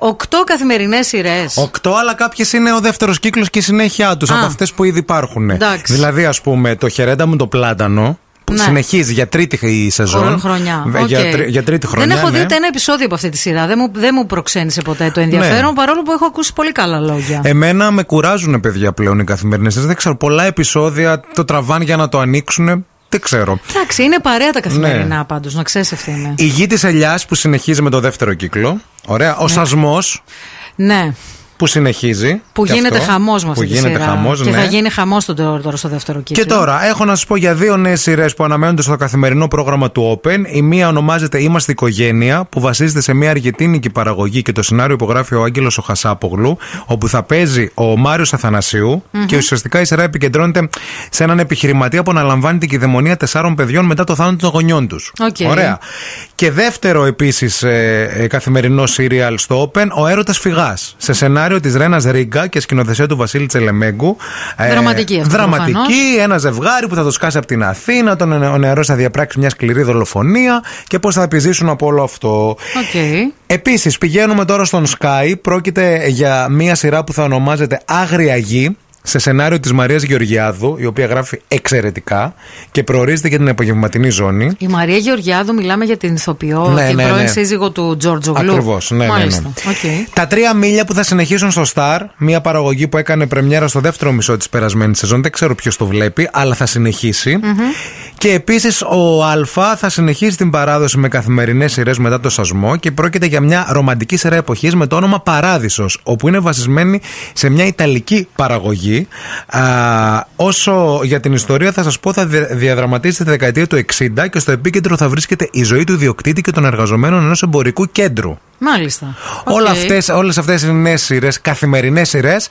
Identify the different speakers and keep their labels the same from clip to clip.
Speaker 1: Οκτώ καθημερινές σειρές.
Speaker 2: Οκτώ, αλλά κάποιες είναι ο δεύτερος κύκλος και η συνέχεια τους
Speaker 1: Α.
Speaker 2: από αυτές που ήδη υπάρχουν.
Speaker 1: Εντάξει.
Speaker 2: Δηλαδή, ας πούμε, το χερέντα μου το πλάτανο. Που
Speaker 1: Ναι.
Speaker 2: συνεχίζει για τρίτη η σεζόν.
Speaker 1: Όλη χρονιά.
Speaker 2: Βε- Για,
Speaker 1: Οκ.
Speaker 2: τρι- για τρίτη χρονιά.
Speaker 1: Δεν έχω δει
Speaker 2: ναι.
Speaker 1: ούτε ένα επεισόδιο από αυτή τη σειρά. Δεν μου, δεν μου προξένησε ποτέ το ενδιαφέρον,
Speaker 2: Ναι. Ε,
Speaker 1: παρόλο που έχω ακούσει πολύ καλά λόγια.
Speaker 2: Εμένα με κουράζουν παιδιά πλέον οι καθημερινές. Δεν ξέρω, πολλά επεισόδια το τραβάνε για να το ανοίξουν. Δεν ξέρω.
Speaker 1: Εντάξει, είναι παρέα τα καθημερινά πάντως, να ξέρεις ευθύνη.
Speaker 2: ναι. Η γη της Ελιάς που συνεχίζει με το δεύτερο κύκλο. Ωραία. Ο σασμός
Speaker 1: Ναι.
Speaker 2: που συνεχίζει.
Speaker 1: Που
Speaker 2: και
Speaker 1: γίνεται
Speaker 2: αυτό.
Speaker 1: χαμός με
Speaker 2: Που
Speaker 1: αυτή τη
Speaker 2: γίνεται
Speaker 1: σειρά.
Speaker 2: χαμός,
Speaker 1: και
Speaker 2: ναι.
Speaker 1: θα γίνει χαμός τον τώρα, τώρα στο δεύτερο κύκλο.
Speaker 2: Και τώρα, έχω να σας πω για δύο νέες σειρές που αναμένονται στο καθημερινό πρόγραμμα του Open. Η μία ονομάζεται Είμαστε Οικογένεια, που βασίζεται σε μια αργεντίνικη παραγωγή και το σενάριο υπογράφει ο Άγγελος ο Χασάπογλου, όπου θα παίζει ο Μάριος και ουσιαστικά η σειρά επικεντρώνεται σε έναν επιχειρηματία που αναλαμβάνει την κυδαιμονία τεσσάρων παιδιών μετά το θάνατο των γονιών τους.
Speaker 1: Οκ.
Speaker 2: Ωραία. Και δεύτερο επίσης ε, ε, καθημερινό σύριαλ στο Open, Ο Έρωτας Φυγάς. Σε σενάριο της Ρένας Ρίγκα και σκηνοθεσία του Βασίλη Τσελεμέγκου. Ε,
Speaker 1: Δραματική αυτή,
Speaker 2: Δραματική,
Speaker 1: προφανώς.
Speaker 2: ένα ζευγάρι που θα το σκάσει από την Αθήνα, τον ο νεαρός θα διαπράξει μια σκληρή δολοφονία και πώς θα επιζήσουν από όλο αυτό.
Speaker 1: Οκ.
Speaker 2: Επίσης, πηγαίνουμε τώρα στον Sky. Πρόκειται για μία σειρά που θα ονομάζεται Άγρια Γη. Σε σενάριο της Μαρίας Γεωργιάδου, η οποία γράφει εξαιρετικά και προορίζεται για την απογευματινή ζώνη.
Speaker 1: Η Μαρία Γεωργιάδου, μιλάμε για την ηθοποιό,
Speaker 2: Ναι,
Speaker 1: την
Speaker 2: ναι,
Speaker 1: πρώην
Speaker 2: ναι.
Speaker 1: σύζυγο του Τζόρτζο Γκλου.
Speaker 2: Ακριβώς, ναι, ναι, ναι.
Speaker 1: Μάλιστα. Οκ.
Speaker 2: Τα τρία μίλια που θα συνεχίσουν στο Star, μια παραγωγή που έκανε πρεμιέρα στο δεύτερο μισό της περασμένης σεζόν. Δεν ξέρω ποιος το βλέπει, αλλά θα συνεχισει Και επίσης ο Α θα συνεχίσει την παράδοση με καθημερινές σειρές μετά το σασμό και πρόκειται για μια ρομαντική σειρά εποχής με το όνομα Παράδεισος, όπου είναι βασισμένη σε μια ιταλική παραγωγή. Α, όσο για την ιστορία θα σας πω, θα δια- διαδραματίζεται τη δεκαετία του 60 και στο επίκεντρο θα βρίσκεται η ζωή του ιδιοκτήτη και των εργαζομένων ενός εμπορικού κέντρου.
Speaker 1: Μάλιστα. Οκ.
Speaker 2: Όλα αυτές, όλες αυτές είναι νέες σειρές, καθημερινές σειρές.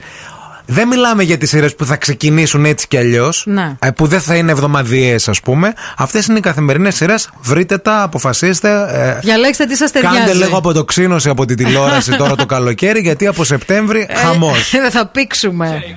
Speaker 2: Δεν μιλάμε για τις σειρές που θα ξεκινήσουν έτσι κι αλλιώς,
Speaker 1: Ναι.
Speaker 2: ε, που δεν θα είναι εβδομαδιαίες ας πούμε. Αυτές είναι οι καθημερινές σειρές, βρείτε τα, αποφασίστε. ε,
Speaker 1: Διαλέξτε τι σας ταιριάζει.
Speaker 2: Κάντε λίγο
Speaker 1: Ε,
Speaker 2: αποτοξίνωση από την τηλεόραση τώρα το καλοκαίρι, γιατί από Σεπτέμβρη χαμός.
Speaker 1: Δεν θα πήξουμε.